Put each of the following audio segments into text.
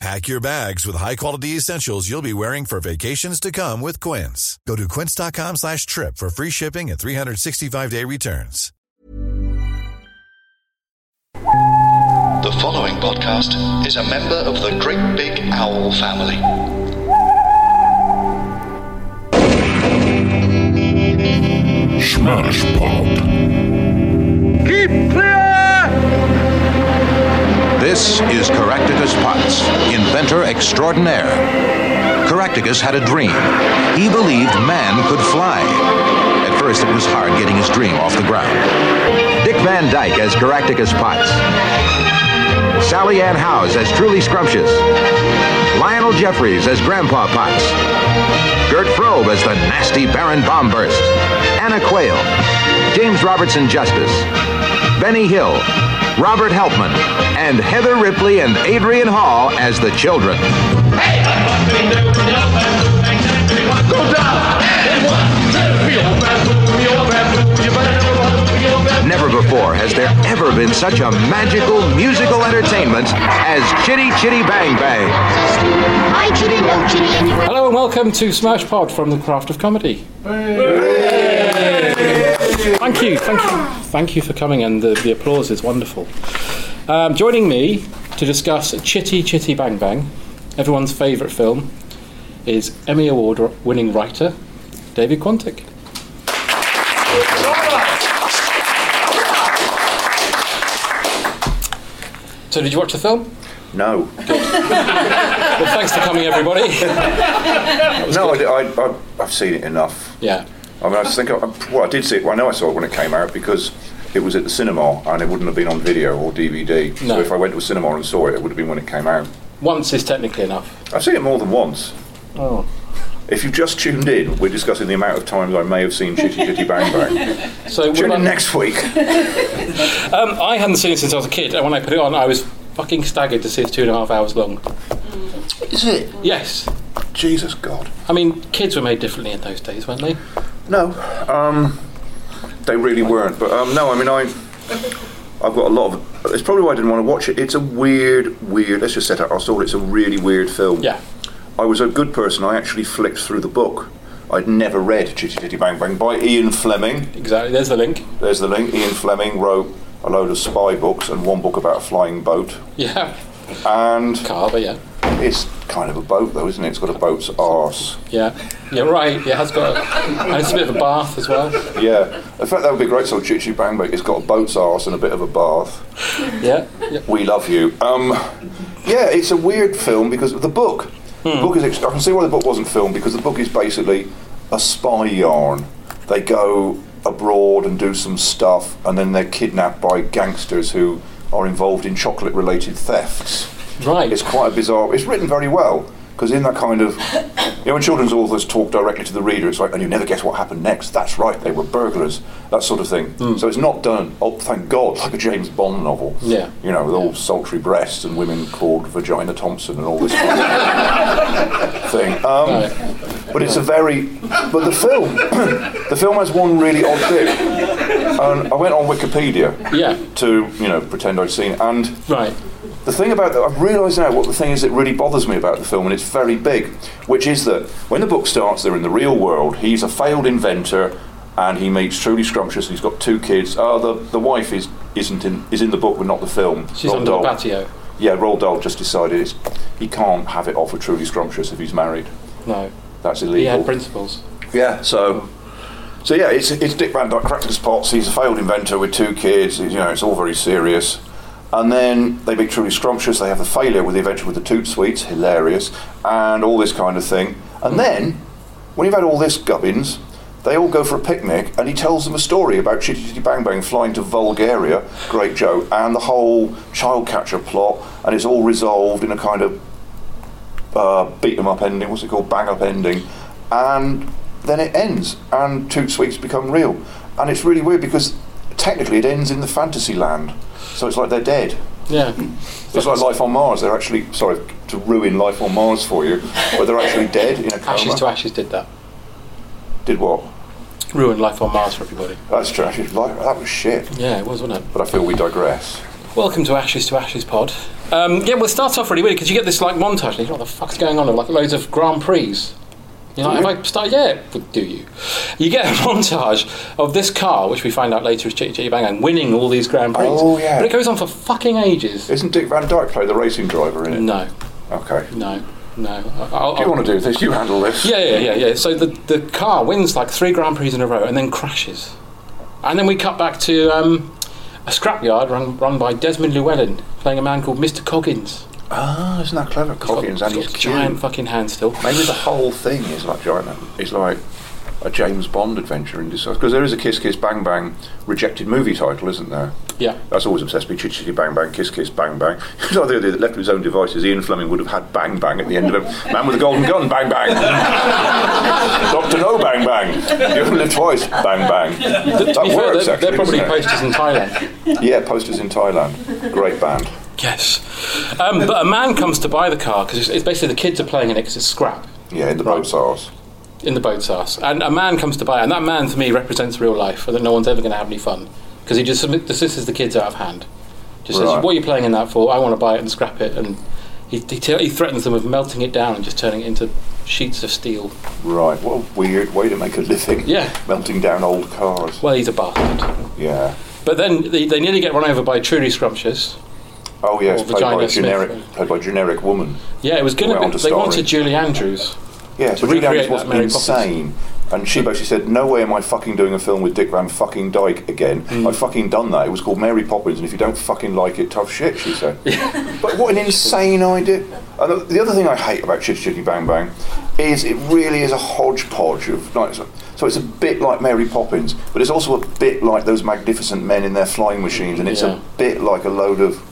Pack your bags with high-quality essentials you'll be wearing for vacations to come with Quince. Go to quince.com slash trip for free shipping and 365-day returns. The following podcast is a member of the Great Big Owl family. Smash Pod. This is Caractacus Potts, inventor extraordinaire. Caractacus had a dream. He believed man could fly. At first, it was hard getting his dream off the ground. Dick Van Dyke as Caractacus Potts. Sally Ann Howes as Truly Scrumptious. Lionel Jeffries as Grandpa Potts. Gert Frobe as the nasty Baron Bombburst. Anna Quayle. James Robertson Justice. Benny Hill. Robert Helpman. And Heather Ripley and Adrian Hall as the children. Never before has there ever been such a magical musical entertainment as Chitty Chitty Bang Bang. Hi, Chitty, no Chitty, anyway. Hello and welcome to Smash Pod from the Craft of Comedy. Thank you, thank you, thank you for coming, and the, the applause is wonderful. Um, joining me to discuss Chitty Chitty Bang Bang, everyone's favourite film, is Emmy Award winning writer David Quantick. So, did you watch the film? No, Well, thanks for coming, everybody. no, I, have seen it enough. yeah. I mean, I just think, I, well, I did see it. Well, I know I saw it when it came out because it was at the cinema and it wouldn't have been on video or DVD. No. So if I went to a cinema and saw it, it would have been when it came out. Once is technically enough. I've seen it more than once. Oh. If you've just tuned in, we're discussing the amount of times I may have seen Chitty Chitty Bang Bang. So, Tune when I- in next week. Um, I hadn't seen it since I was a kid, and when I put it on, I was fucking staggered to see it's two and a half hours long. Is it? Yes. Jesus God. I mean, kids were made differently in those days, weren't they? No, um, they really weren't. But um, no, I mean, I, I've got a lot of. It's probably why I didn't want to watch it. It's a weird, weird. Let's just set out our story. It's a really weird film. Yeah. I was a good person. I actually flicked through the book. I'd never read Chitty Chitty Bang Bang by Ian Fleming. Exactly. There's the link. There's the link. Ian Fleming wrote a load of spy books and one book about a flying boat. Yeah. And Car, but yeah. it's kind of a boat, though, isn't it? It's got a boat's arse. Yeah. Yeah, right. Yeah, it has got. A, and it's a bit of a bath as well. Yeah. In fact, that would be great. So Chitty Chitty Bang Bang, it's got a boat's arse and a bit of a bath. Yeah. yeah. We love you. Um, yeah, it's a weird film because the book. The book is. ex- I can see why the book wasn't filmed because the book is basically a spy yarn. They go abroad and do some stuff, and then they're kidnapped by gangsters who are involved in chocolate-related thefts. Right. It's quite a bizarre. It's written very well because in that kind of, you know, when children's authors talk directly to the reader, it's like, and you never guess what happened next. That's right, they were burglars. That sort of thing. Hmm. So it's not done. Oh, thank God, like a James Bond novel. Yeah. You know, with all sultry breasts and women called Vagina Thompson and all this kind of thing. Um, Right. But it's a very. But the film, the film has one really odd bit. And I went on Wikipedia Yeah. to you know pretend I'd seen it and. Right. The thing about that, I've realised now what the thing is that really bothers me about the film, and it's very big, which is that when the book starts, they're in the real world. He's a failed inventor, and he meets Truly Scrumptious, and he's got two kids. Oh, the, the wife is isn't in is in the book, but not the film. She's Roald under the Dahl- patio. Yeah, Roald Dahl just decided it's, he can't have it off with Truly Scrumptious if he's married. No. That's He illegal. had principles. Yeah, so So yeah, it's, it's Dick Van Dyke, Cracker's Potts. He's a failed inventor with two kids. He's, you know, it's all very serious. And then they make Truly Scrumptious. They have the failure with the adventure with the tube sweets, hilarious, and all this kind of thing. And then, when you've had all this gubbins, they all go for a picnic, and he tells them a story about Chitty Chitty Bang Bang flying to Bulgaria, great joke, and the whole child catcher plot, and it's all resolved in a kind of uh, beat 'em up ending. What's it called? Bang up ending, and then it ends, and Toot Sweets become real, and it's really weird because technically it ends in the fantasy land, so it's like they're dead. Yeah. It's like Life on Mars. They're actually sorry to ruin Life on Mars for you, but they're actually dead in a coma. Ashes to Ashes did that. Did what? Ruined life on Mars for everybody. That's true. Ashes to Life. That was shit. Yeah, it was, wasn't it? But I feel we digress. Welcome to Ashes to Ashes pod. Um, yeah, we'll start off really weird because you get this like montage. And you think, what the fuck's going on? Like loads of Grand Prix. You know, have I started? Yeah, but do you? You get a montage of this car, which we find out later is Chitty Chitty Bang Bang, winning all these Grand Prix. Oh, yeah. But it goes on for fucking ages. Isn't Dick Van Dyke play the racing driver in it? No, Okay. no, no. I- I'll, Do you want to do this? You handle this. Yeah, yeah, yeah, yeah. So the, the car wins like three Grand Prix in a row and then crashes. And then we cut back to um, a scrapyard run, run by Desmond Llewellyn, playing a man called Mr. Coggins. Ah, isn't that clever? Coggins and He's his got cue. giant fucking hand still. Maybe the whole thing is like giant. It's like a James Bond adventure in disguise. Because there is a Kiss Kiss Bang Bang rejected movie title, isn't there? Yeah. That's always obsessed me. Chitty Chitty Bang Bang, Kiss Kiss Bang Bang. It's like the idea that left to his own devices, Ian Fleming would have had Bang Bang at the end of it. Man with a Golden Gun, Bang Bang. Doctor No, Bang Bang. You only live twice, Bang Bang. That To be fair, works, they're, actually, they're probably doesn't it? posters in Thailand. Yeah, posters in Thailand. Great band. Yes. Um, but a man comes to buy the car because it's, it's basically the kids are playing in it because it's scrap Yeah, in the boat sales. in the boat's arse. And a man comes to buy it, and that man to me represents real life, and that no one's ever going to have any fun because he just submi- dismisses the kids out of hand. Just says, Right. "What are you playing in that for? I want to buy it and scrap it." And he, he, te- he threatens them with melting it down and just turning it into sheets of steel. Right, what a weird way to make a living. Yeah. Melting down old cars. Well, he's a bastard. Yeah. But then they, they nearly get run over by Trudy Scrumptious. Oh yes, Or played by Vagina a generic, Smith. played by a generic woman. Yeah, it was going Went to on be. to They starring. wanted Julie Andrews. Yeah, but To Julie recreate Andrews that was Mary Poppins. insane, and she basically said, "No way am I fucking doing a film with Dick Van fucking Dyke again. Mm. I've fucking done that. It was called Mary Poppins, and if you don't fucking like it, tough shit." She said. but what an insane idea! And the- the other thing I hate about Chitty Chitty Bang Bang is it really is a hodgepodge of like, so- so it's a bit like Mary Poppins, but it's also a bit like those magnificent men in their flying machines, and it's Yeah. a bit like a load of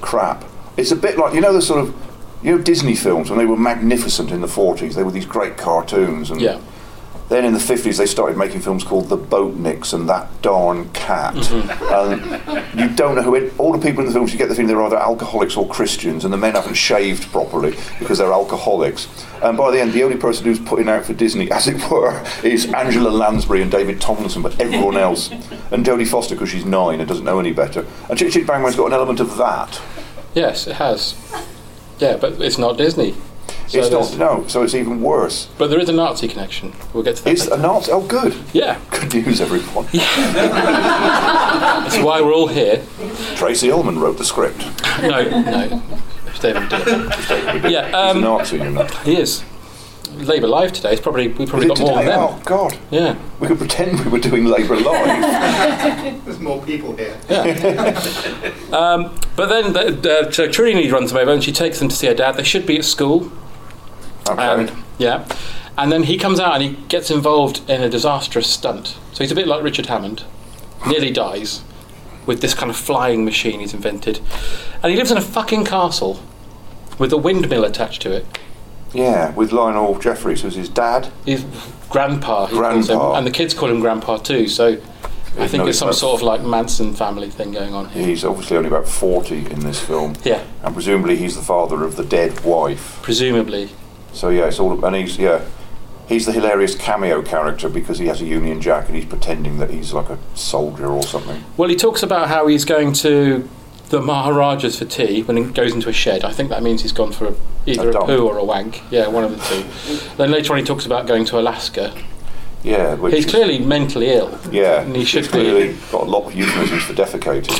crap. It's a bit like you know the sort of you know Disney films when they were magnificent in the forties. They were these great cartoons, and Yeah. then in the fifties they started making films called The Boatniks and That Darn Cat. And you don't know who it, all the people in the films. You get the feeling they're either alcoholics or Christians, and the men haven't shaved properly because they're alcoholics. And by the end, the only person who's putting out for Disney, as it were, is Angela Lansbury and David Tomlinson, but everyone else, and Jodie Foster because she's nine and doesn't know any better. And Chick Chick Bang Bang's got an element of that. Yes, it has. Yeah, but it's not Disney. So it's there's- not no, so it's even worse. But there is a Nazi connection. We'll get to that. It's later. a Nazi. Oh, good. yeah, Good news, everyone. that's why we're all here. Tracy Ullman wrote the script. No, no. It's David Dillon. Yeah, He's a um, Nazi, you know. he is. Labour Live today. It's probably we Was probably it got more than today? them. Oh God. Yeah, We could pretend we were doing Labour Live. There's more people here. but then the, uh, so Trini runs them over and she takes them to see her dad. They should be at school. Okay. And yeah, and then he comes out and he gets involved in a disastrous stunt. So he's a bit like Richard Hammond. Nearly dies with this kind of flying machine he's invented, and he lives in a fucking castle with a windmill attached to it. yeah, with Lionel Jeffries, who's his dad. His grandpa. he calls Grandpa. Him, and the kids call him grandpa too. So I think no, there's some that's- sort of like Manson family thing going on here. He's obviously only about forty in this film. Yeah. And presumably he's the father of the dead wife. Presumably. So yeah, it's all and he's yeah. He's the hilarious cameo character because he has a Union Jack and he's pretending that he's like a soldier or something. Well, he talks about how he's going to the Maharajas for tea when he goes into a shed. I think that means he's gone for a, either A a, dump. poo or a wank. Yeah, one of the two. then later on, he talks about going to Alaska. Yeah, which He's is- clearly mentally ill. Yeah, And he he's should be. clearly got a lot of euphemisms for defecating.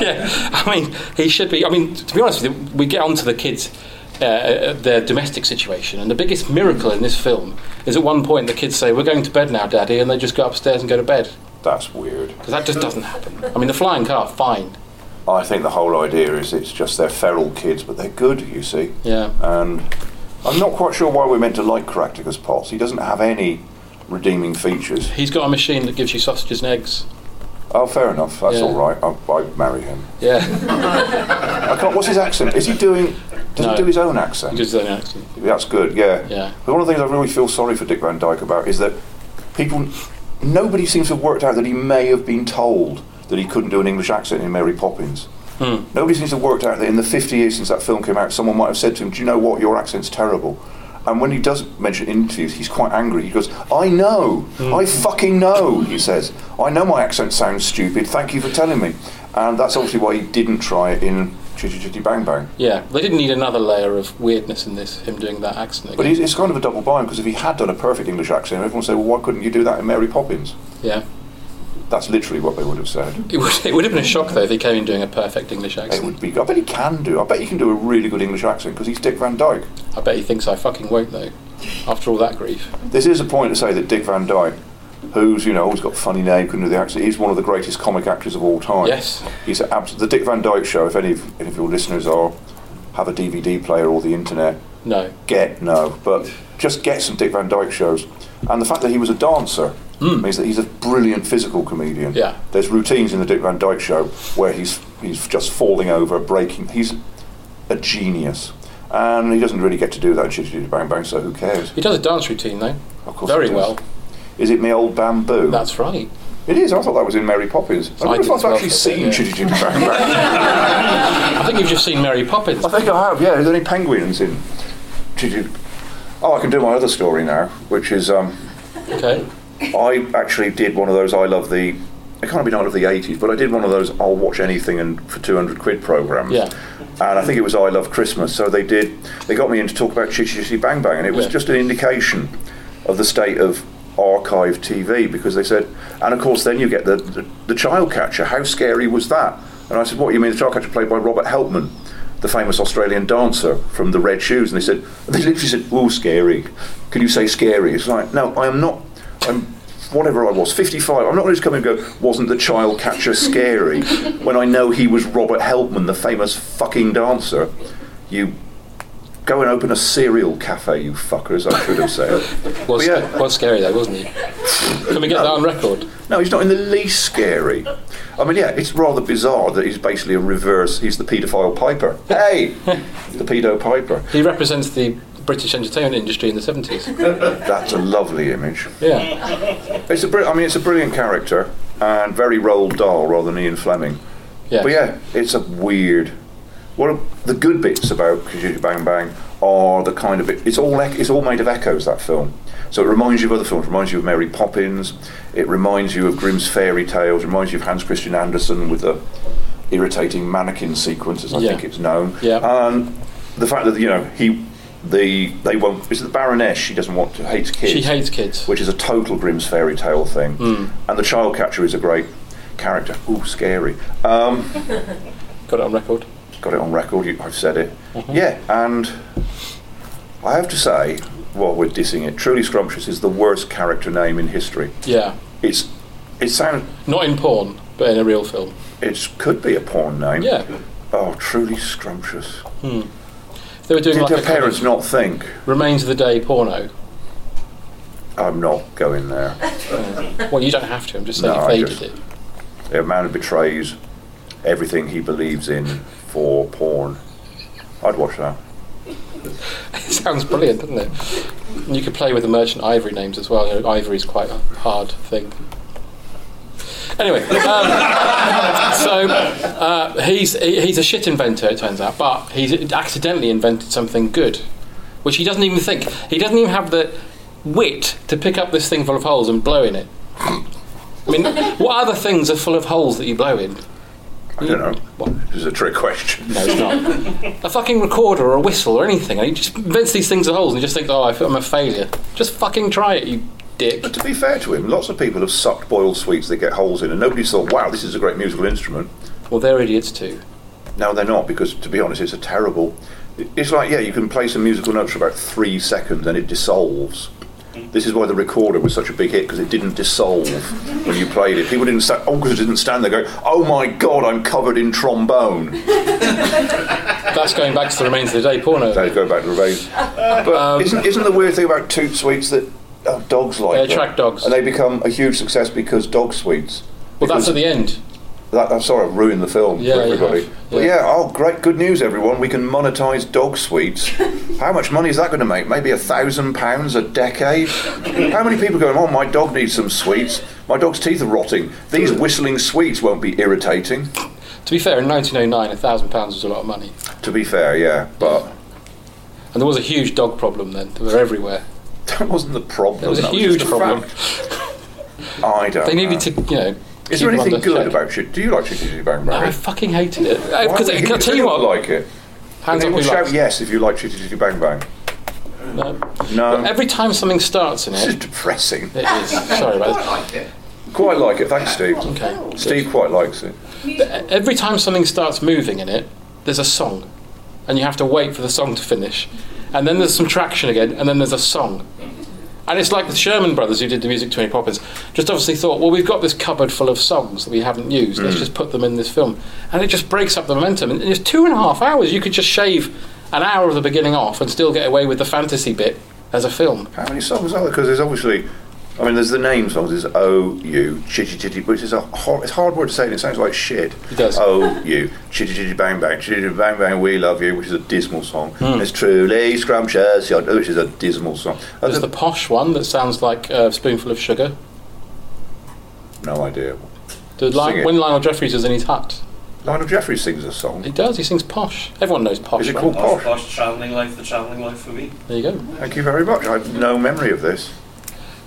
yeah, I mean, he should be. I mean, to be honest with you, we get onto the kids uh, their domestic situation. And the biggest miracle in this film is at one point the kids say, We're going to bed now, Daddy, and they just go upstairs and go to bed. That's weird. Because that just doesn't happen. I mean, the flying car, fine. I think the whole idea is it's just they're feral kids, but they're good, you see. Yeah. And I'm not quite sure why we're meant to like Caractacus Potts. He doesn't have any redeeming features. He's got a machine that gives you sausages and eggs. Oh, fair enough. That's Yeah. all right. I, I'd marry him. Yeah. I can't, what's his accent? Is he doing? Does No. he do his own accent? Gives an accent. That's good, yeah. Yeah. But one of the things I really feel sorry for Dick Van Dyke about is that people, nobody seems to have worked out that he may have been told that he couldn't do an English accent in Mary Poppins. Nobody seems to have worked out that in the 50 years since that film came out, someone might have said to him, Do you know what? Your accent's terrible. And when he does mention it in interviews, he's quite angry. He goes, I know. I fucking know, he says. I know my accent sounds stupid. Thank you for telling me. And that's obviously why he didn't try it in Chitty Chitty Bang Bang. Yeah, they didn't need another layer of weirdness in this, him doing that accent But again. it's, it's kind of a double bind because if he had done a perfect English accent, everyone would say, "Well, why couldn't you do that in Mary Poppins?" yeah. That's literally what they would have said. It would, it would have been a shock, though, if he came in doing a perfect English It accent. would be. I bet he can do. I bet he can do a really good English accent because he's Dick Van Dyke. I bet he thinks I fucking won't, though, after all that grief. This is a point to say that Dick Van Dyke, who's you know always got a funny name, couldn't do the accent. He's one of the greatest comic actors of all time. Yes. He's abs- the Dick Van Dyke Show. If any of, any of your listeners are have a DVD player or the internet, No. get no, but just get some Dick Van Dyke shows. And the fact that he was a dancer means that he's a brilliant physical comedian. Hmm. Yeah. There's routines in the Dick Van Dyke show where he's he's just falling over, breaking. He's a genius. And he doesn't really get to do that in Chitty Chitty Bang Bang, so who cares? He does a dance routine, though. Of course Very he does. well. Is it Me Old Bamboo? That's right. it is. I thought that was in Mary Poppins. I I wonder did if I've as well actually for a seen bit, Chitty Chitty Bang Bang. I think you've just seen Mary Poppins. I think I have, yeah. Are there any penguins in Chitty Chitty? Oh, I can do my other story now, which is um, Okay. I actually did one of those. I love the. It can't be not of the 80s, but I did one of those. I'll watch anything and for 200 quid programs. Yeah. And I think it was I Love Christmas. So they did. They got me in to talk about Chitty Chitty Bang Bang, and it was Yeah. just an indication of the state of archive TV because they said, and of course, then you get the the, the child catcher. How scary was that? And I said, what you mean the child catcher played by Robert Helpman? The famous Australian dancer from the Red Shoes, and they said they literally said, "Ooh, scary." Can you say scary? It's like, no, I am not. I'm whatever I was, 55. I'm not going to just come and go, wasn't the child catcher scary? when I know he was Robert Helpman, the famous fucking dancer. You go and open a cereal cafe, you fuckers, I should have said. But Was, yeah. was scary, though, wasn't he? Can we get that on record? No, he's not in the least scary. I mean, yeah, it's rather bizarre that he's basically a reverse, he's the paedophile Piper. Hey! the pedo Piper. He represents the British entertainment industry in the 70s. That's a lovely image. Yeah. It's a br- I mean, it's a brilliant character and very Roald Dahl rather than Ian Fleming. Yes. But yeah, it's a weird. What are- the good bits about Kajiji Bang Bang are the kind of it, it's all ec- it's all made of echoes that film. So it reminds you of other films. It reminds you of Mary Poppins. It reminds you of Grimm's fairy tales. It reminds you of Hans Christian Andersen with the irritating mannequin sequence, as I Yeah. think it's known. Yeah. And the fact that you know he. The, they won't. Is it the Baroness? She doesn't want to hate kids She hates kids. which is a total Grimm's fairy tale thing. Hmm. And the child catcher is a great character. Ooh, scary. Um, Got it on record. got it on record. You, I've said it. Mm-hmm. Yeah, and I have to say, while we're dissing it, Truly Scrumptious is the worst character name in history. Yeah. It's it sounds Not in porn, but in a real film. it could be a porn name. Yeah. Oh, Truly Scrumptious. If they were doing Did like their a kind parents of not think? Remains of the Day porno. I'm not going there. Well, you don't have to. I'm just saying No, if I they just- did it. A man who betrays everything he believes in for porn. I'd watch that. It sounds brilliant, doesn't it? And you could play with the merchant ivory names as well. You know, ivory's quite a hard thing. Anyway, um, so uh, he's he- he's a shit inventor, it turns out, but he's accidentally invented something good, which he doesn't even think. He doesn't even have the wit to pick up this thing full of holes and blow in it. I mean, what other things are full of holes that you blow in? I don't know. This is a trick question. No, it's not. a fucking recorder or a whistle or anything. And he just invents these things at holes and you just think, oh, I feel I'm a failure. Just fucking try it, you dick. But to be fair to him, lots of people have sucked boiled sweets that get holes in, and nobody's thought, wow, this is a great musical instrument. Well, they're idiots too. No, they're not, because to be honest, it's a terrible. It's like yeah, you can play some musical notes for about three seconds and it dissolves. This is why the recorder was such a big hit because it didn't dissolve when you played it. People didn't stand, oh, 'cause it didn't stand there going, oh my god, I'm covered in trombone. That's going back to the remains of the day porno. They go back to the remains. But Um, isn't, isn't the weird thing about toot sweets that oh, dogs like They them? attract dogs. and they become a huge success because dog sweets. Well, that's Because- at the end. That, I'm sorry, I've ruined the film Yeah, for you everybody. have. But Yeah. yeah, oh, great, good news, everyone. We can monetise dog sweets. How much money is that going to make? Maybe a thousand pounds a decade? How many people going, oh, my dog needs some sweets? My dog's teeth are rotting. These whistling sweets won't be irritating. To be fair, in 1909, a thousand pounds was a lot of money, To be fair, yeah, but and there was a huge dog problem then. They were everywhere. that wasn't the problem. There was a that huge just problem. fact. I don't They know. needed to, you know. Is keep there them anything under good check. about shit? Do you like Chitty Bang No, I Bang? fucking hated it. Why Because would I you? can tell you Doesn't what, like it. hands up Anyone who shout likes yes if you like Chitty Chitty Bang Bang? no. No. Every time something starts in This is it, depressing. it is. Sorry about that. Quite like it, thanks, Steve. Okay. Steve quite likes it. E-, Every time something starts moving in it, there's a song, and you have to wait for the song to finish, and then there's some traction again, and then there's a song. And it's like the Sherman Brothers, who did the music to Mary Poppins, just obviously thought, well, we've got this cupboard full of songs that we haven't used. Mm. Let's just put them in this film, and it just breaks up the momentum. And it's two and a half hours. You could just shave an hour of the beginning off and still get away with the fantasy bit as a film. How many songs are there? Because there's obviously, I mean, there's the name songs. There's O U Chitty Chitty, which is a hor- it's a hard word to say. and It sounds like shit. It does. O U Chitty Chitty Bang Bang Chitty Chitty Bang Bang We Love You, which is a dismal song. Hmm. There's Truly Scrumptious, which is a dismal song. And There's the posh one that sounds like uh, spoonful of sugar. no idea. The Sing Lion, it. when Lionel Jeffries is in his hut, Lionel Jeffries sings a song. he does. He sings posh. Everyone knows posh. Is it right? called Posh, Posh? posh, travelling life, the travelling life for me. There you go. Thank you very much. I have no memory of this.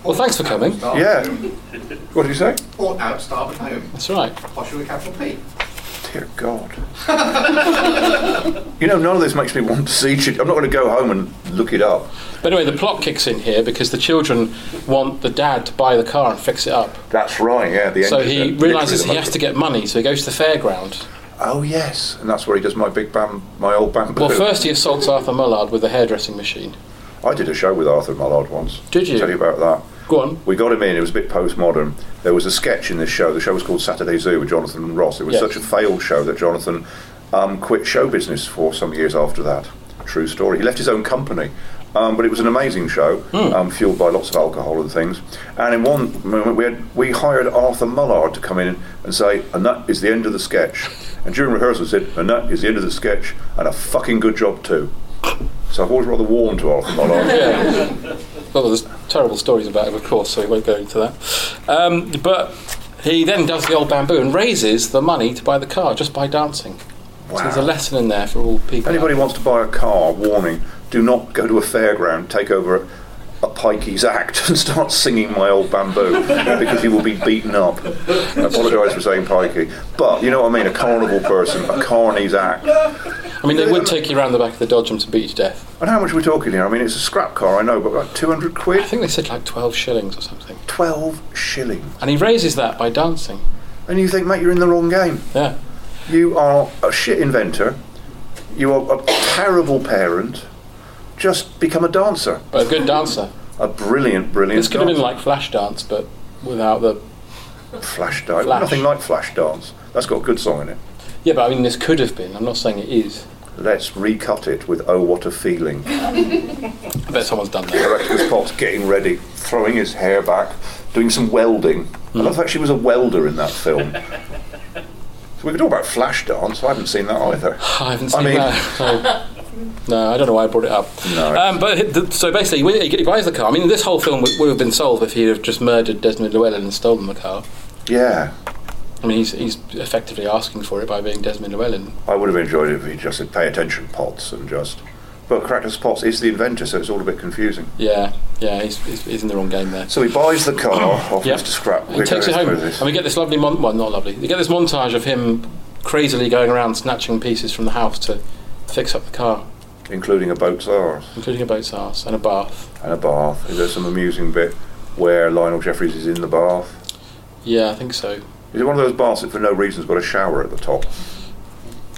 Well, thanks for coming. Yeah. What did you say? Port out, starboard home. That's right. Posh with a capital P. Oh, Dear God. you know, none of this makes me want to see Chitty. I'm not going to go home and look it up. But anyway, the plot kicks in here because the children want the dad to buy the car and fix it up. That's right, yeah. The So engine- he literally realises the he motor. has to get money, so he goes to the fairground. Oh yes, and that's where he does my big bam, my old bamboo. Well, first he assaults Arthur Mullard with a hairdressing machine. I did a show with Arthur Mullard once. Did you? Tell you about that. Go on. We got him in. It was a bit postmodern. There was a sketch in this show. The show was called Saturday Zoo with Jonathan Ross. It was Yes. such a failed show that Jonathan um, quit show business for some years after that. True story. He left his own company. Um, but it was an amazing show, Hmm. um, fueled by lots of alcohol and things. And in one moment, we, had, we hired Arthur Mullard to come in and say, and that is the end of the sketch. And during rehearsal, he said, and that is the end of the sketch, and a fucking good job too. So I've always rather warmed to Arthur Mullard. Yeah. well, Oh, there's terrible stories about him, of course, so we won't go into that. Um, but he then does the old bamboo and raises the money to buy the car just by dancing. So there's a Wow. lesson in there for all people. Anybody wants to buy a car, warning, do not go to a fairground, take over a, a Pikey's act and start singing My Old Bamboo because you will be beaten up. I apologise for saying Pikey. But you know what I mean, a carnival person, a carny's act. I mean, they would take you around the back of the Dodgems and beat you to death. And how much are we talking here? I mean, it's a scrap car, I know, but like 200 I quid? think they said like 12 shillings or something. 12 shilling. And he raises that by dancing. And you think, mate, you're in the wrong game. Yeah. You are a shit inventor, you are a terrible parent, just become a dancer. But a good dancer. A brilliant, brilliant This could have been dancer. like Flashdance, but without the. Flash Dance. Flash. Nothing like Flash Dance. That's got a good song in it. Yeah, but I mean, this could have been. I'm not saying it is. Let's recut it with Oh What a Feeling. I bet someone's done that. Director's Potts getting ready, throwing his hair back, doing some welding. Hmm. I love that she was a welder in that film. so we could talk about Flash Dance. I haven't seen that either. I haven't I seen mean- that. No. No, I don't know why I brought it up. No. Um, but it- th- so basically, when he buys the car. I mean, this whole film would, would have been solved if he'd have just murdered Desmond Llewellyn and stolen the car. Yeah. I mean, he's, he's effectively asking for it by being Desmond Llewellyn. I would have enjoyed it if he just said, pay attention, Potts, and just. But Director's Potts is the inventor, so it's all a bit confusing. Yeah, yeah, he's, he's, he's in the wrong game there. So he buys the car off Yep. Mr. Scrap. He takes it home, and we get this lovely mon- well, not lovely. We get this montage of him crazily going around snatching pieces from the house to fix up the car, Including a boat's arse. including a boat's arse and a bath. and a bath. Is there some amusing bit where Lionel Jeffries is in the bath? Yeah, I think so. Is it one of those baths that for no reason's got a shower at the top?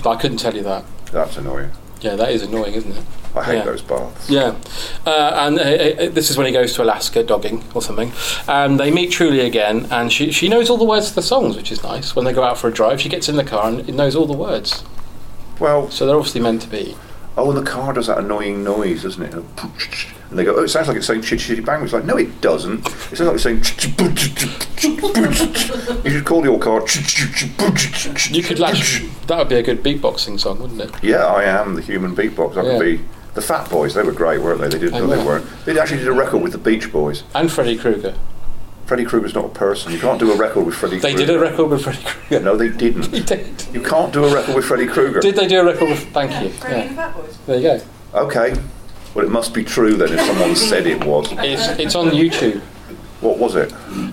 But I couldn't tell you that. That's annoying. Yeah, that is annoying, isn't it? I hate Yeah. those baths. Yeah, uh, and uh, uh, this is when he goes to Alaska dogging or something, and they meet Truly again, and she she knows all the words to the songs, which is nice. When they go out for a drive, she gets in the car and knows all the words. Well, so they're obviously meant to be. Oh, and the car does that annoying noise, doesn't it? And they go, oh, it sounds like it's saying shitty shitty bang. It's like, no, it doesn't. It sounds like it's saying. You should call your car. You could lash. That would be a good beatboxing song, wouldn't it? Yeah, I am the human beatbox. I Yeah. could be. The Fat Boys, they were great, weren't they? They did. I No, they know. weren't. They actually did a record with the Beach Boys. And Freddy Krueger. Freddy Krueger's not a person. You can't do a record with Freddy. They did a record with Freddy Krueger. Yeah, no, they didn't. They did. You can't do a record with Freddy Krueger. Did they do a record with? Thank you. Yeah. There you go. Okay. Well, it must be true then if someone said it was. It's it's on YouTube. What was it?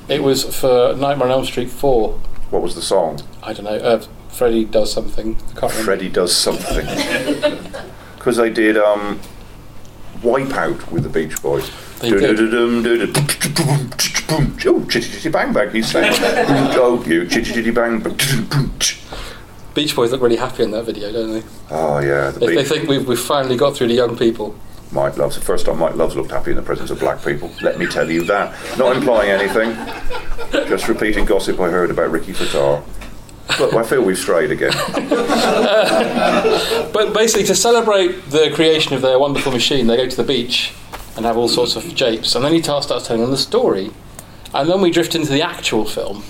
It was for Nightmare on Elm Street four. What was the song? I don't know. Uh, Freddy does something. I can't remember. Freddy does something. Because they did um, Wipeout with the Beach Boys. They Do- did. do- do- do- do- boom, ch- boom, ch- Oh, chitty chitty bang bang, he's saying. Boom, Oh, you chitty chitty bang bang. boom, ch- Beach Boys look really happy in that video, don't they? Oh, yeah. The They, they Beach think we've, we've finally got through to young people. Mike Love's the first time Mike Love's looked happy in the presence of black people. Let me tell you that. Not implying anything, just repeating gossip I heard about Ricky Fatar. Look, I feel we've strayed again. But basically, to celebrate the creation of their wonderful machine, they go to the beach and have all sorts of japes. And then he ta- starts telling them the story. And then we drift into the actual film,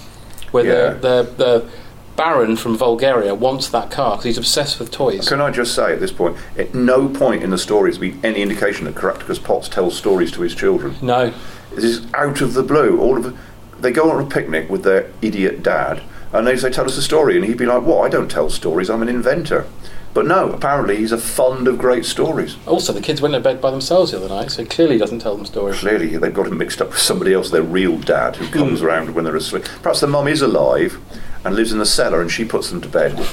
where the, the, the Baron from Bulgaria wants that car because he's obsessed with toys. Can I just say at this point, at no point in the story has been any indication that Caractacus Potts tells stories to his children. No. This is out of the blue. All of they go on a picnic with their idiot dad, and they say, "Tell us a story," and he'd be like, "What? I don't tell stories. I'm an inventor." But no, apparently he's a fond of great stories. Also, the kids went to bed by themselves the other night, so he clearly doesn't tell them stories. Clearly, they've got him mixed up with somebody else, their real dad, who comes around when they're asleep. Perhaps the mum is alive and lives in the cellar and she puts them to bed.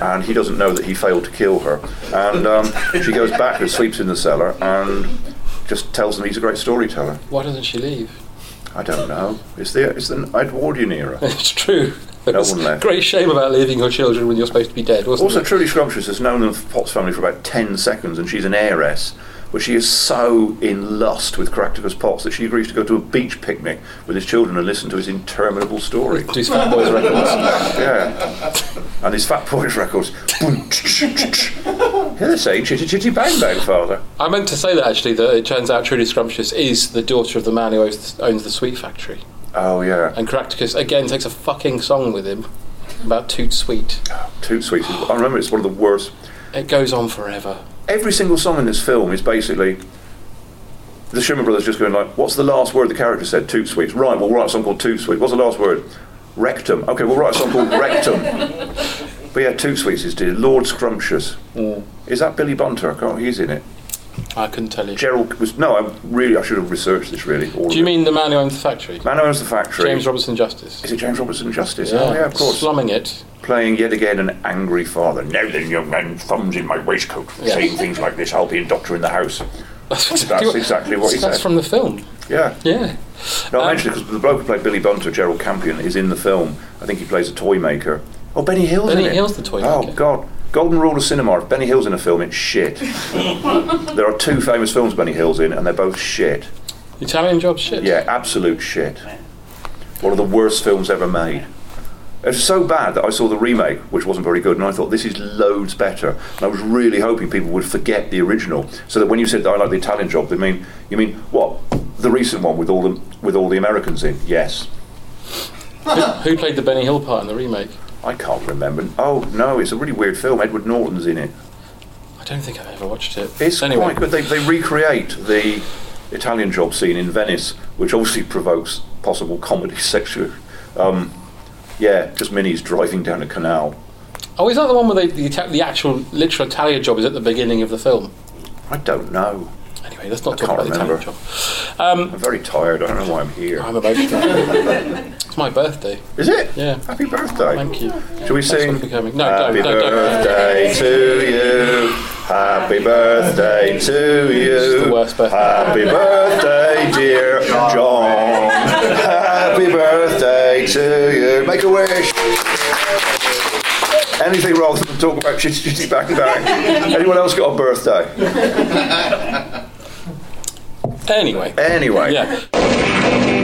And he doesn't know that he failed to kill her. And um, she goes back and sleeps in the cellar and just tells them he's a great storyteller. Why doesn't she leave? I don't know. It's the, it's the Edwardian era. It's true. No It's one left. Great shame about leaving your children when you're supposed to be dead, wasn't Also, it? Trudy Scrumptious has known the Potts family for about 10 seconds, and she's an heiress. But she is so in lust with Caractacus Potts that she agrees to go to a beach picnic with his children and listen to his interminable story. To his Fat Boys records. yeah. And his Fat Boys records. Boom, tch, tch, tch, tch. Yeah, they're saying chitty chitty bang bang, father. I meant to say that actually, that it turns out Trudy Scrumptious is the daughter of the man who owns the, owns the sweet factory. Oh, yeah. And Caractacus again takes a fucking song with him about Toot Sweet. Toot Sweet. I remember it's one of the worst. It goes on forever. Every single song in this film is basically the Schumer brothers just going like, "What's the last word the character said?" Toot sweets. Right, we'll write a song called Toot Sweets. What's the last word? Rectum. Okay, we'll write a song called Rectum. But yeah, Toot Sweets is dear. Lord Scrumptious. Mm. Is that Billy Bunter? I can't. He's in it. I couldn't tell you. Gerald was no. I really, I should have researched this. Really. All Do you mean the man who owns the factory? Man owns the factory. James Robinson Justice. Is it James Robertson Justice? Oh yeah, of course. Slumming it. Playing yet again an angry father. Now then, young man, thumbs in my waistcoat, Yeah. saying things like this. I'll be a doctor in the house. That's That's exactly what he That's said. from the film. Yeah. Yeah. Um, No, I mentioned because the bloke who played Billy Bunter, Gerald Campion, is in the film. I think he plays a toy maker. Oh, Benny Hill's Benny in it. Hill's the toy Oh, maker. God. Golden rule of cinema. If Benny Hill's in a film, it's shit. there are two famous films Benny Hill's in, and they're both shit. Italian job shit. Yeah, absolute shit. One of the worst films ever made. It was so bad that I saw the remake, which wasn't very good, and I thought this is loads better. And I was really hoping people would forget the original, so that when you said I like the Italian job, they mean you mean what the recent one with all the with all the Americans in? Yes, Who, who played the Benny Hill part in the remake? I can't remember. Oh no, it's a really weird film. Edward Norton's in it. I don't think I've ever watched it. It's anyway, quite good. They, they recreate the Italian job scene in Venice, which obviously provokes possible comedy sexual. Um, yeah, just Minnie's driving down a canal. Oh, is that the one where they, the, Ita- the actual literal Italian job is at the beginning of the film? I don't know. Anyway, let's not I talk can't about the remember. Italian job. Um, I'm very tired. I don't know why I'm here. I'm emotional. it's my birthday. Is it? Yeah. Happy birthday. Thank you. Shall we sing? Thanks for coming. No, Happy don't, don't, don't. birthday to you. Happy birthday to you. the worst birthday. Happy birthday, dear John. Happy birthday to you. Make a wish. Anything rather than talk about shitty shitty bang bang. Anyone else got a birthday? Anyway. Anyway. Yeah.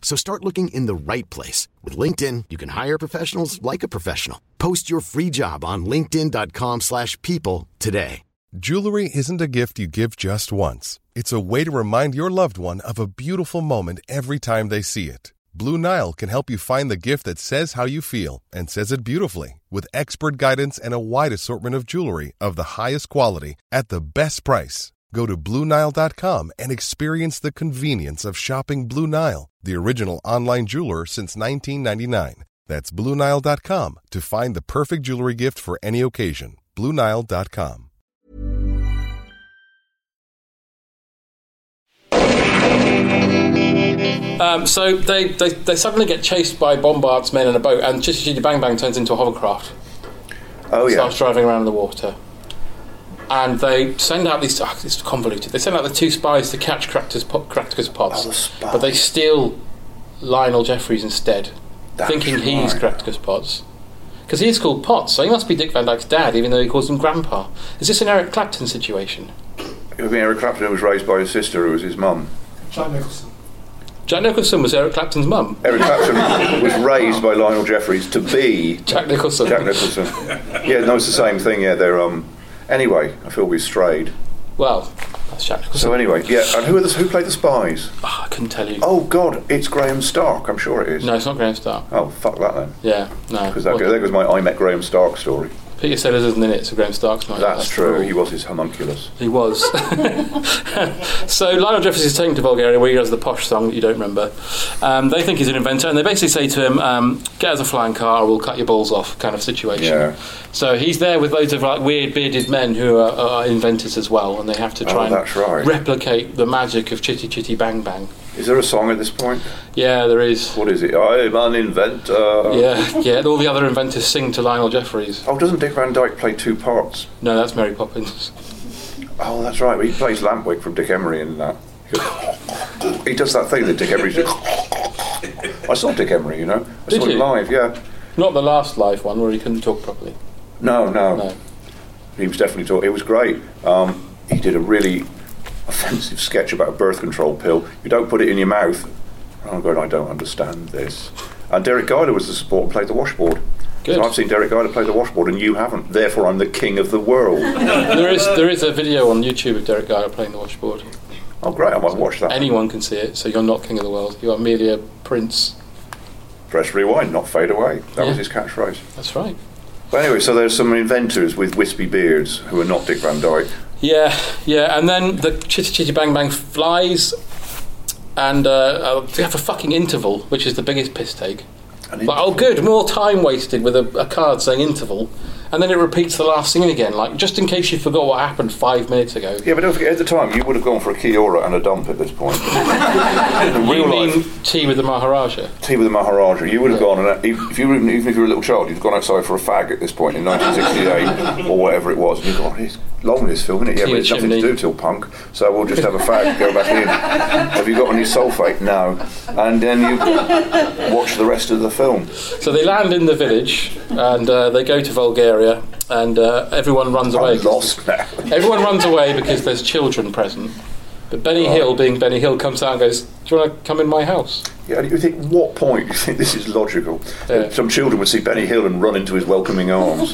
So start looking in the right place. With LinkedIn, you can hire professionals like a professional. Post your free job on linkedin.com/people slash people today. Jewelry isn't a gift you give just once. It's a way to remind your loved one of a beautiful moment every time they see it. Blue Nile can help you find the gift that says how you feel and says it beautifully with expert guidance and a wide assortment of jewelry of the highest quality at the best price. Go to BlueNile.com and experience the convenience of shopping Blue Nile, the original online jeweler since 1999. That's BlueNile.com to find the perfect jewelry gift for any occasion. BlueNile.com. Um, so they, they, they suddenly get chased by Bombard's men in a boat, and Chitty Chitty Bang Bang turns into a hovercraft. Oh yeah. Starts driving around in the water, and they send out these. ah, it's convoluted. They send out the two spies to catch Cracker's po- Cracker's pods, Oh, but they steal Lionel Jeffries instead, thinking he's Cracker's pods. Because he is called Potts, so he must be Dick Van Dyke's dad, even though he calls him Grandpa. Is this an Eric Clapton situation? It would be Eric Clapton who was raised by his sister, who was his mum. Jack Nicholson. Jack Nicholson was Eric Clapton's mum. Eric Clapton was raised by Lionel Jeffries to be Jack Nicholson. Jack Nicholson. Yeah, no, it's the same thing. Yeah, they're um. Anyway, I feel we strayed. Well, that's Jack Nicholson. So anyway, yeah, and who are the, who played the spies? Oh, I couldn't tell you. Oh God, it's Graham Stark. I'm sure it is. No, it's not Graham Stark. Oh fuck that then. Yeah, no. Because that, that was my I met Graham Stark story. Peter Sellers isn't in it, so Graham Stark's not. in it. That's true. He was his homunculus. He was. so Lionel Jeffries is taken to Bulgaria where he does the posh song that you don't remember. Um, they think he's an inventor and they basically say to him, um, get us a flying car or we'll cut your balls off kind of situation. Yeah. So he's there with loads of like weird bearded men who are, are inventors as well and they have to Oh, try and that's right. replicate the magic of Chitty Chitty Bang Bang. Is there a song at this point? Yeah, there is. What is it? I'm an inventor. Yeah, yeah, and all the other inventors sing to Lionel Jeffries. Oh, doesn't Dick Van Dyke play two parts? No, that's Mary Poppins. Oh, that's right. He plays Lampwick from Dick Emery in that. He does that thing that Dick Emery. does. I saw Dick Emery, you know. I Did saw him you? live. Yeah. Not the last live one where he couldn't talk properly. No, no. No. He was definitely talking. It was great. Um, he did a really offensive sketch about a birth control pill. You don't put it in your mouth. And I'm going, I don't understand this. And Derek Guider was the support and played the washboard. Good. So I've seen Derek Guider play the washboard, and you haven't. Therefore, I'm the king of the world. Uh, there is there is a video on YouTube of Derek Geiger playing the washboard. oh, great! I might watch that. Anyone can see it, so you're not king of the world. You are merely a prince. Press rewind, not fade away. That was Yeah. his catchphrase. That's right. But anyway, so there's some inventors with wispy beards who are not Dick Van Dyke. Yeah, yeah. And then the chitty chitty bang bang flies, and uh, uh, they have a fucking interval, which is the biggest piss take. Like, oh, good, more time wasted with a, a card saying interval, and then it repeats the last thing again, like just in case you forgot what happened five minutes ago. Yeah, but don't forget, at the time, you would have gone for a Kiora and a dump at this point. In real you life, mean tea with the Maharaja? tea with the Maharaja. You would have gone, and uh, if if you were, even if you were a little child, you'd gone outside for a fag at this point in 1968 or whatever it was. And you'd gone, it's long this film, isn't it? Yeah, Tea but with it's nothing to chimney. do till punk, so we'll just have a fag, go back in. Have you got any sulfate? No. And then you watch the rest of the film. So they land in the village and uh, they go to Bulgaria, and uh, everyone runs away. I'm lost now. Everyone runs away because there's children present. But Benny Right. Hill, being Benny Hill, comes out and goes, "Do you want to come in my house?" Yeah, and you think, what point do you think this is logical? Yeah. Some children would see Benny Hill and run into his welcoming arms.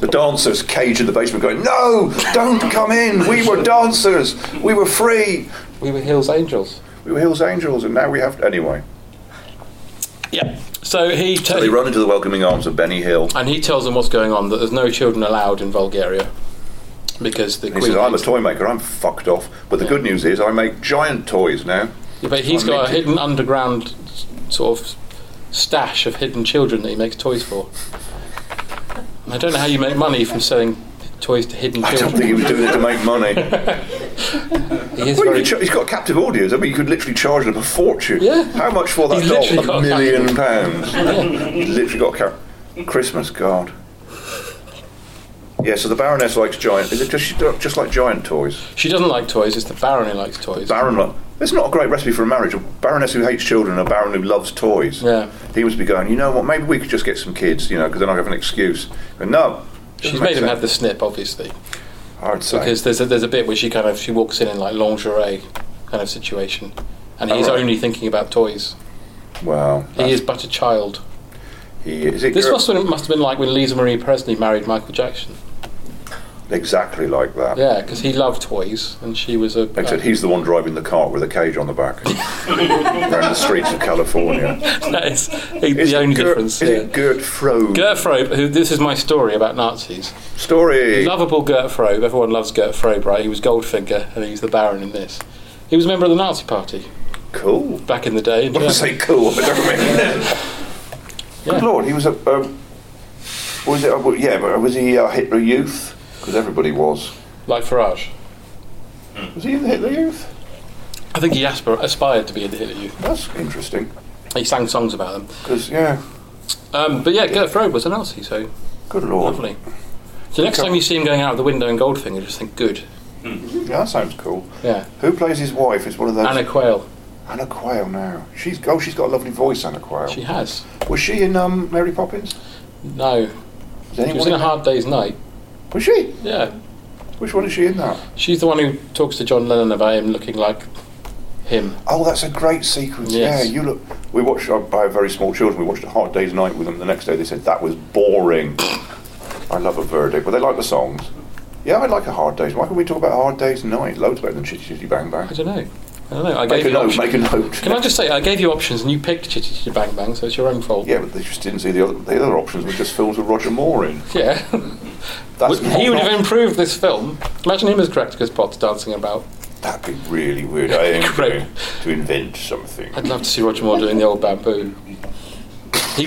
the dancers caged in the basement going, No, don't come in. We were dancers. We were free. We were Hill's angels. We were Hill's angels, and now we have. Anyway. Yeah. So he So they run into the welcoming arms of Benny Hill. and he tells them what's going on. That there's no children allowed in Bulgaria because the And he Queen. says, I'm a toy maker. I'm fucked off. But the good news is, I make giant toys now. Yeah, but he's I got a make- hidden underground s- sort of stash of hidden children that he makes toys for. And I don't know how you make money from selling toys to hidden I children. don't think he was doing it to make money. He is Well, very- you could cha- he's got a captive audience. I mean, you could literally charge them a fortune. Yeah. How much for that He's doll? literally got A a million captive- pounds. Yeah. He's literally got a cap- Christmas card. Yeah, so the Baroness likes giant. Is it just she don't- just like giant toys? She doesn't like toys. It's the Baron who likes toys. Baron, lo- it's not a great recipe for a marriage. A Baroness who hates children, and a Baron who loves toys. Yeah. He must be going. You know what? Maybe we could just get some kids. You know, because then I have an excuse. But no, She's doesn't made make him sense. have the snip, obviously, I'd say. because there's a, there's a bit where she kind of she walks in in like lingerie kind of situation, and Oh, he's right. only thinking about toys. wow. He is but a child. He is. it This Europe? must have, must have been like when Lisa Marie Presley married Michael Jackson. exactly like that. Yeah, because he loved toys, and she was a. Except he's the one driving the cart with a cage on the back around the streets of California. that is the only difference. is yeah. it Gert Frobe? Gertfrobe, who this is my story about Nazis. Story. Lovable Gertfrobe. Everyone loves Gertfrobe, right? He was Goldfinger, and he's the Baron in this. He was a member of the Nazi Party Cool. back in the day. in When I say Germany. cool, I don't mean. Good lord, he was a. Um, was it? uh, yeah, but was he uh, Hitler Youth? Because everybody was. Like Farage. Was he in the Hitler Youth? I think he aspir- aspired to be in the Hitler Youth. That's interesting. He sang songs about them. Because yeah, Um, but yeah, Gert Frobe was a Nazi, so good lord. lovely. So next time you see him going out of the window in Goldfinger, just think, good. Yeah, that sounds cool. Yeah. Who plays his wife? It's one of those. Anna Quayle. Anna Quayle now. She's oh, she's got a lovely voice, Anna Quayle. She has. Was she in um, Mary Poppins? No. Is She anyone was in in A Hard Day's Night. Was she? Yeah. Which one is she in that? She's the one who talks to John Lennon about him looking like him. Oh, that's a great sequence. Yes. Yeah, you look. We watched. I I have very small children. We watched a Hard Day's Night with them. The next day, they said that was boring. I love a verdict, but they like the songs. Yeah, I like a Hard Day's. Why can we talk about a Hard Day's Night? Loads better than Chitty Chitty Bang Bang. I don't know. I don't know. I Make gave a you note. options. Make a note. Can I just say, I gave you options and you picked Chitty Chitty Bang Bang, so it's your own fault. Yeah, but they just didn't see the other. The other options were just films with Roger Moore in. Yeah. That's he would not- have improved this film. Imagine him as Cracticus Potts dancing about. That'd be really weird. I am Great. going to invent something. I'd love to see Roger Moore doing the old bamboo. He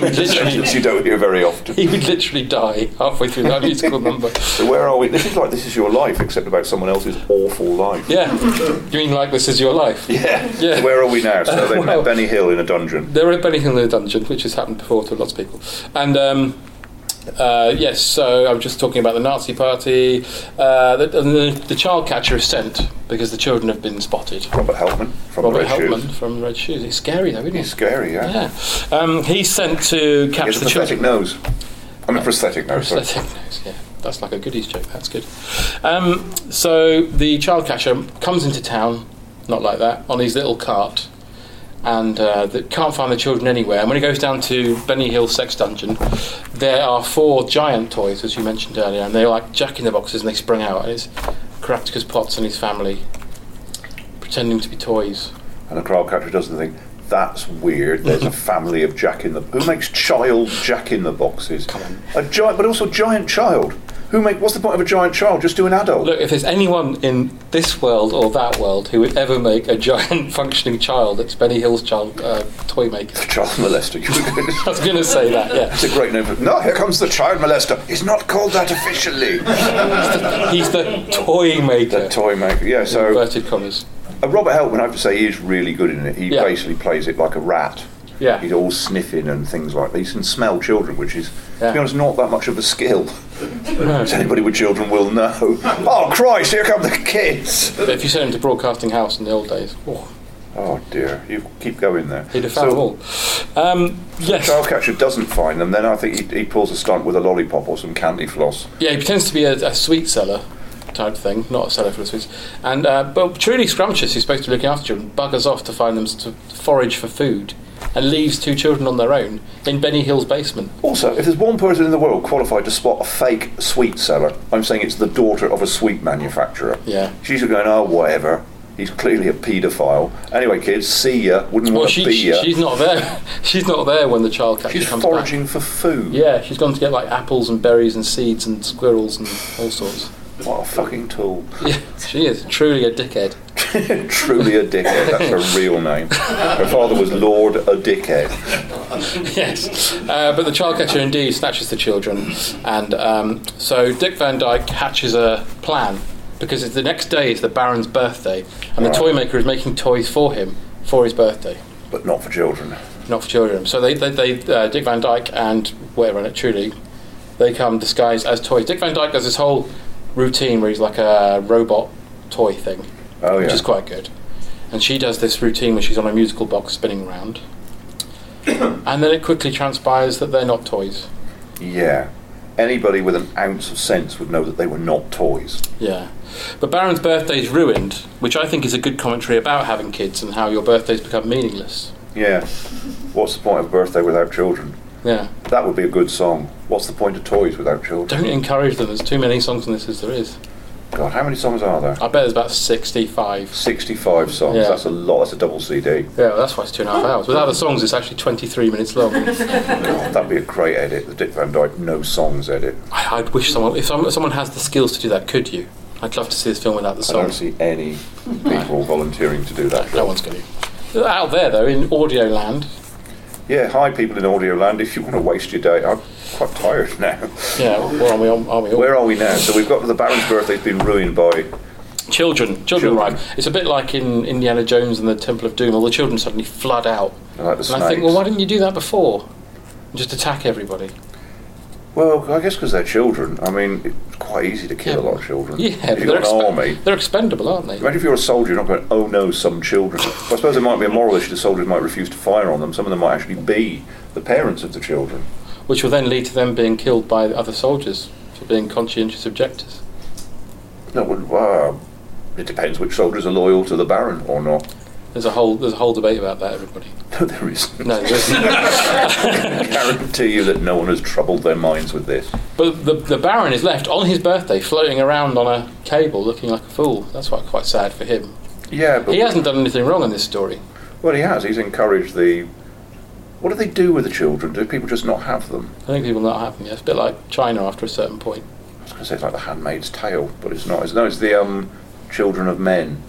would literally, Sentences you don't hear very often. he would literally die halfway through that musical number. So where are we? This is like this is your life, except about someone else's awful life. Yeah. You mean like this is your life? Yeah. Yeah. Where are we now? So they've Well- met Benny Hill in a dungeon. They're at Benny Hill in the dungeon, which has happened before to lots of people. And um, uh, yes, so I was just talking about the Nazi Party. Uh, the, and the, the child catcher is sent because the children have been spotted. Robert Helpman from Robert Red Helpman Shoes. from Red Shoes. It's scary though, isn't He's it? scary, yeah. Yeah. Um, he's sent to He catch has a the prosthetic children. nose. I mean, prosthetic nose. Sorry. Prosthetic nose, yeah. That's like a goodies joke. That's good. Um, so the child catcher comes into town, not like that, on his little cart, and uh, th- can't find the children anywhere. And when he goes down to Benny Hill Sex Dungeon, there are four giant toys, as you mentioned earlier, and they're like jack in the boxes, and they spring out. And it's Caractacus Potts and his family pretending to be toys. And the crowd catcher doesn't think that's weird. There's a family of Jack in the who makes child Jack in the boxes. A giant, but also giant child. Who make? What's the point of a giant child? Just do an adult. Look, if there's anyone in this world or that world who would ever make a giant functioning child, it's Benny Hill's child uh, toy maker. Child molester. You were gonna- I was going to say that, yeah. It's a great name. For, no, here comes the child molester. It's not called that officially. He's the toy maker. the toy maker. Yeah. So Inverted commas. uh, Robert Helpman, I have to say, he is really good in it. He Yeah. basically plays it like a rat. Yeah. He's all sniffing and things like that. He can smell children, which is, to Yeah. be honest, not that much of a skill. As anybody with children will know. Oh Christ! Here come the kids. But if you sent him to Broadcasting House in the old days, oh, Oh dear. You keep going there. he'd have found So- them all. Um, yes. Child catcher doesn't find them. Then I think he, he pulls a stunt with a lollipop or some candy floss. Yeah, he pretends to be a, a sweet seller. type thing, not a seller for the sweets. And uh, but truly scrumptious, who's supposed to be looking after children, buggers off to find them to forage for food, and leaves two children on their own in Benny Hill's basement. Also, if there's one person in the world qualified to spot a fake sweet seller, I'm saying it's the daughter of a sweet manufacturer. Yeah. She's going, oh, whatever. He's clearly a paedophile. Anyway, kids, see ya. Wouldn't Well, want she, to be ya. she's not there. she's not there when the child catcher She's comes foraging for food. Yeah, she's gone to get like apples and berries and seeds and squirrels and all sorts. What a fucking tool! Yeah, she is truly a dickhead. Truly a dickhead. That's her real name. Her father was Lord a dickhead. yes, uh, but the child catcher indeed snatches the children, and um, so Dick Van Dyke hatches a plan because it's the next day is the Baron's birthday, and the Right. toy maker is making toys for him for his birthday, but not for children. not for children. So they, they, they uh, Dick Van Dyke and where on it truly, they come disguised as toys. Dick Van Dyke does this whole routine where he's like a robot toy thing, Oh, which yeah. is quite good. And she does this routine where she's on a musical box spinning round. and then it quickly transpires that they're not toys. Yeah. Anybody with an ounce of sense would know that they were not toys. Yeah. But Baron's birthday's ruined, which I think is a good commentary about having kids and how your birthdays become meaningless. Yeah. What's the point of a birthday without children? Yeah. That would be a good song. What's the point of toys without children? Don't encourage them. There's too many songs in this as there is. God, how many songs are there? I bet there's about 65. 65 songs. Yeah. That's a lot. That's a double CD. Yeah, well, that's why it's two and a half hours. Without the songs, it's actually 23 minutes long. God, that'd be a great edit. The Dick Van Dyke no songs edit. I, I'd wish someone, if someone, someone has the skills to do that, could you? I'd love to see this film without the I don't songs. see any people volunteering to do that. No one's going to. Out there, though, in audio land. Yeah, hi people in audio land. If you want to waste your day, I'm quite tired now. Yeah, where are we, on, are we all? Where are we now? So we've got the Baron's birthday's been ruined by. Children, children, arrive. It's a bit like in Indiana Jones and the Temple of Doom. All the children suddenly flood out, Like the and I think, snakes. well, why didn't you do that before? And Just attack everybody. Well, I guess because they're children. I mean, it's quite easy to kill a lot of children. Yeah, if but you've got they're, an expen- army. they're expendable, aren't they? Imagine if you're a soldier, you're not going, oh no, some children. Well, I suppose there might be a moral issue. The soldiers might refuse to fire on them. Some of them might actually be the parents of the children. Which will then lead to them being killed by other soldiers for being conscientious objectors. No, well, uh, it depends which soldiers are loyal to the Baron or not. There's a whole there's a whole debate about that. Everybody. No, there isn't. No, there isn't. I guarantee you that no one has troubled their minds with this. but the the Baron is left on his birthday, floating around on a cable, looking like a fool. That's why quite sad for him. Yeah, but He hasn't done anything wrong in this story. Well, he has. He's encouraged the. What do they do with the children? Do people just not have them? I think people not happy. Yeah, it's a bit like China after a certain point. I was going to say it's like the Handmaid's Tale, but it's not. It's, no, it's the um, Children of Men,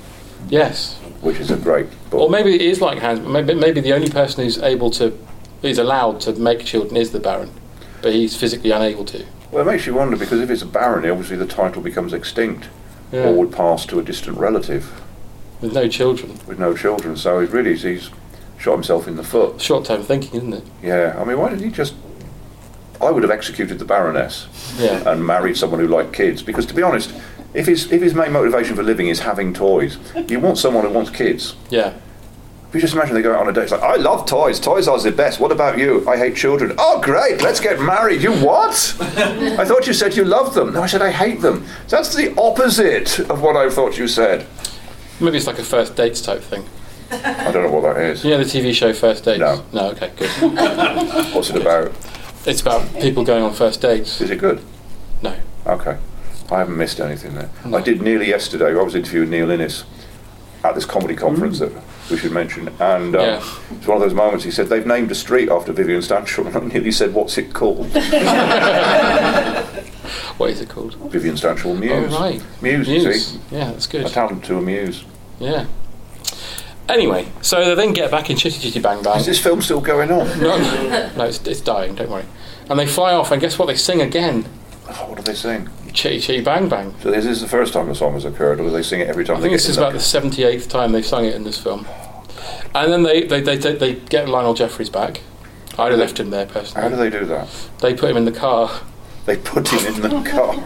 Yes, which is a great book. or maybe it is like hands. Maybe, maybe the only person who's able to, who's allowed to make children is the Baron, but he's physically unable to. Well, it makes you wonder because if it's a barony, obviously the title becomes extinct Yeah. or would pass to a distant relative With no children, with no children. So it really is, he's shot himself in the foot. short-term thinking, isn't it? Yeah, I mean, why didn't he just? I would have executed the Baroness Yeah. and married someone who liked kids because, to be honest, if his if his main motivation for living is having toys, you want someone who wants kids. Yeah. If you just imagine they go out on a date, it's like, I love toys, toys are the best, what about you? I hate children. Oh, great, let's get married. You what? I thought you said you loved them. No, I said I hate them. That's the opposite of what I thought you said. Maybe it's like a first dates type thing. I don't know what that is. You know the TV show First Dates? No. No. Okay. Good. What's it about? it's about people going on first dates. Is it good? No. Okay. I haven't missed anything there. I did Neil yesterday. I was interviewing Neil Innes at this comedy conference that we should mention. And um, Mm. Yeah. it's one of those moments he said, they've named a street after Vivian Stanchel. And I nearly said, what's it called? What is it called? Vivian Stanchel Muse. Oh right. Muse, you Muse. see. Yeah, that's A good. talent to amuse. Yeah. Anyway, so they then get back in Chitty Chitty Bang Bang. Is this film still going on? No, no, no, it's, it's dying, don't worry. And they fly off, and guess what? They sing again Oh, what do they sing? Chitty Chitty Bang Bang. So this is the first time the song has occurred, or do they sing it every time I they think get this in is the- about the 78th time they've sung it in this film. And then they, they, they, they, they get Lionel Jeffries back. I'd have left him there How do personally. they do that? They put him in the car. They put him in the car.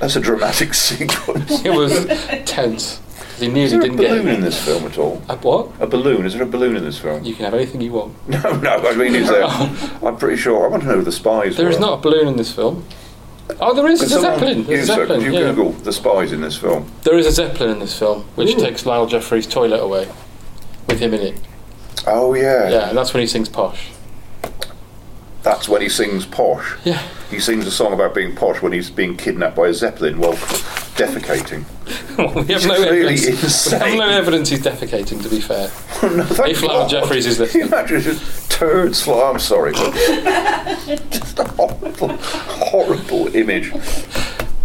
That's a dramatic sequence. It was tense. 'cause He nearly Is there a didn't get balloon him. in this film at all? Uh, what? A balloon? Is there a balloon in this film? You can have anything you want. No, no. I mean, is there? I'm pretty sure. I want to know who the spies There were. is not a balloon in this film. Oh, there is Could a someone- Zeppelin. You, There's a sir, Zeppelin, could you yeah. Google the spies in this film? There is a Zeppelin in this film, Ooh. which takes Lyle Jeffries' toilet away with him in it. Oh yeah. Yeah, and that's when he sings posh. That's when he sings posh. Yeah. He sings a song about being posh when he's being kidnapped by a zeppelin while defecating. we have no It's really evidence. insane. We have no evidence he's defecating. To be fair, if Lyle Jeffries is Can you listening, imagine just turds fly? I'm sorry. but just a horrible, horrible image.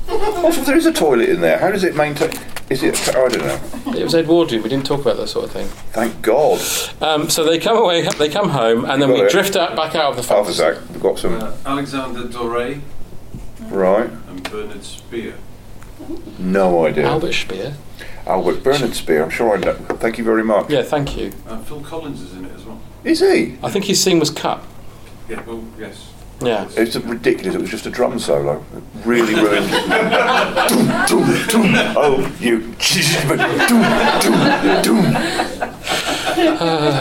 Also, there is a toilet in there. How does it maintain? Is it? I don't know. it was Edwardian. We didn't talk about that sort of thing. Thank God. Um, so they come away, they come home, and then Got we it. drift out, back out of the Arthur fantasy. Zach, we've got some. Uh, Alexander Doré Right. and Bernard Speer. No idea. Albert Speer. Albert Bernard Speer. I'm sure I know. Thank you very much. Yeah, thank you. And Uh, Phil Collins is in it as well. Is he? I think his scene was cut. Yeah, well, yes. Yeah. It's ridiculous. It was just a drum solo. It really ruined. Doom, doom, doom. Oh, you. Doom, doom,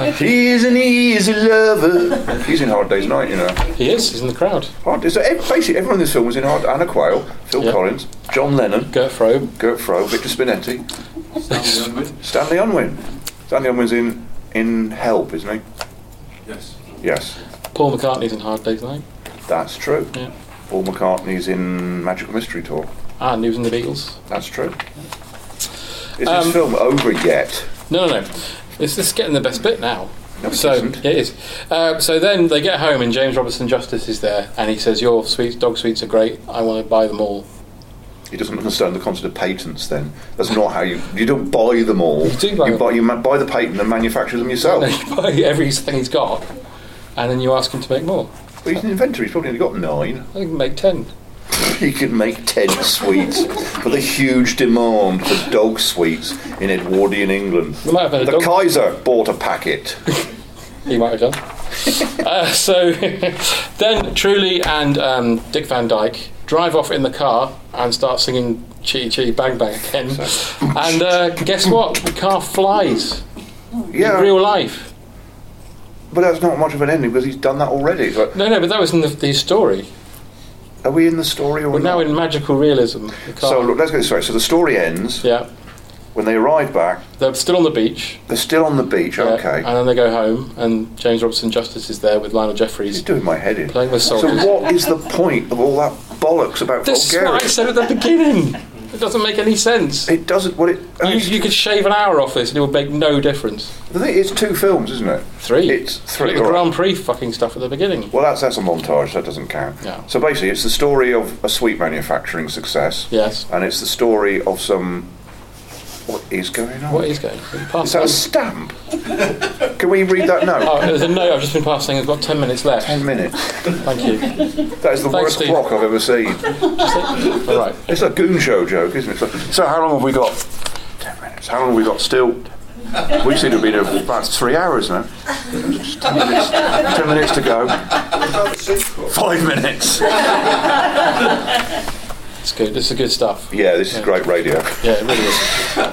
doom. He's an easy lover. He's in Hard Day's Night, you know. He is. He's in the crowd. Hard, so ev- basically, everyone in this film was in Hard. Anna Quayle, Phil Collins, John Lennon, Gert Frobe, Gert Frobe, Victor Spinetti, Stanley Unwin. Stanley Unwin. Stanley Unwin's in in Help, isn't he? Yes. Yes, Paul McCartney's in Hard Day's Night. that's true. Yeah. Paul McCartney's in Magical Mystery Tour. Ah, and he was in the Beatles. That's true. Is Um, this film over yet? No, no, no. It's just getting the best bit now. No, it so isn't. it is. Uh, so then they get home, and James Robertson Justice is there, and he says, "Your sweets, dog sweets are great. I want to buy them all." He doesn't understand the concept of patents. Then that's not how you you don't buy them all. You do buy you them. buy, you ma- buy the patent and manufacture them yourself. And you buy everything he's got, and then you ask him to make more. But he's an inventor. He's probably only got nine. I can make ten. He can make ten sweets for the huge demand for dog sweets in Edwardian England. We might have had a The Uh, dog. Kaiser bought a packet. He might have done. uh, so then Truly and um, Dick Van Dyke drive off in the car and start singing Chitty Chitty Bang Bang again. and uh, guess what? The car flies Yeah, in real life. but that's not much of an ending because he's done that already. It's like, No, no, but that was in the, the story. are we in the story or We're now not? in magical realism. The car. Oh, so look, let's get this straight. So the story ends yeah, when they arrive back. they're still on the beach. They're still on the beach. yeah, okay. and then they go home, and James Robertson Justice is there with Lionel He's Jeffries doing my head in. playing with So soldiers. what is the point of all that bollocks about this is Bulgaria? what I said at the beginning. It doesn't make any sense. It doesn't. What it? You, you could shave an hour off this and it would make no difference. The thing- it's two films, isn't it? Three. It's three. Look at the all right. Grand Prix fucking stuff at the beginning. Well, that's that's a montage. so That doesn't count. No. So basically, it's the story of a sweet manufacturing success. Yes. And it's the story of some. What is going on? What is going on? Is Pass that a that. stamp? Can we read that note? Oh, there's a note I've just been passing. I've got 10 minutes left. Ten minutes. Thank you. That is the Thanks, worst Steve. clock I've ever seen. All right. It's a goon show joke, isn't it? So, so how long have we got? Ten minutes. How long have we got still? We seem to have been here for about three hours now. Just Ten minutes, ten minutes to go. Five minutes. It's good. This is good stuff. Yeah, this is great radio. Yeah, it really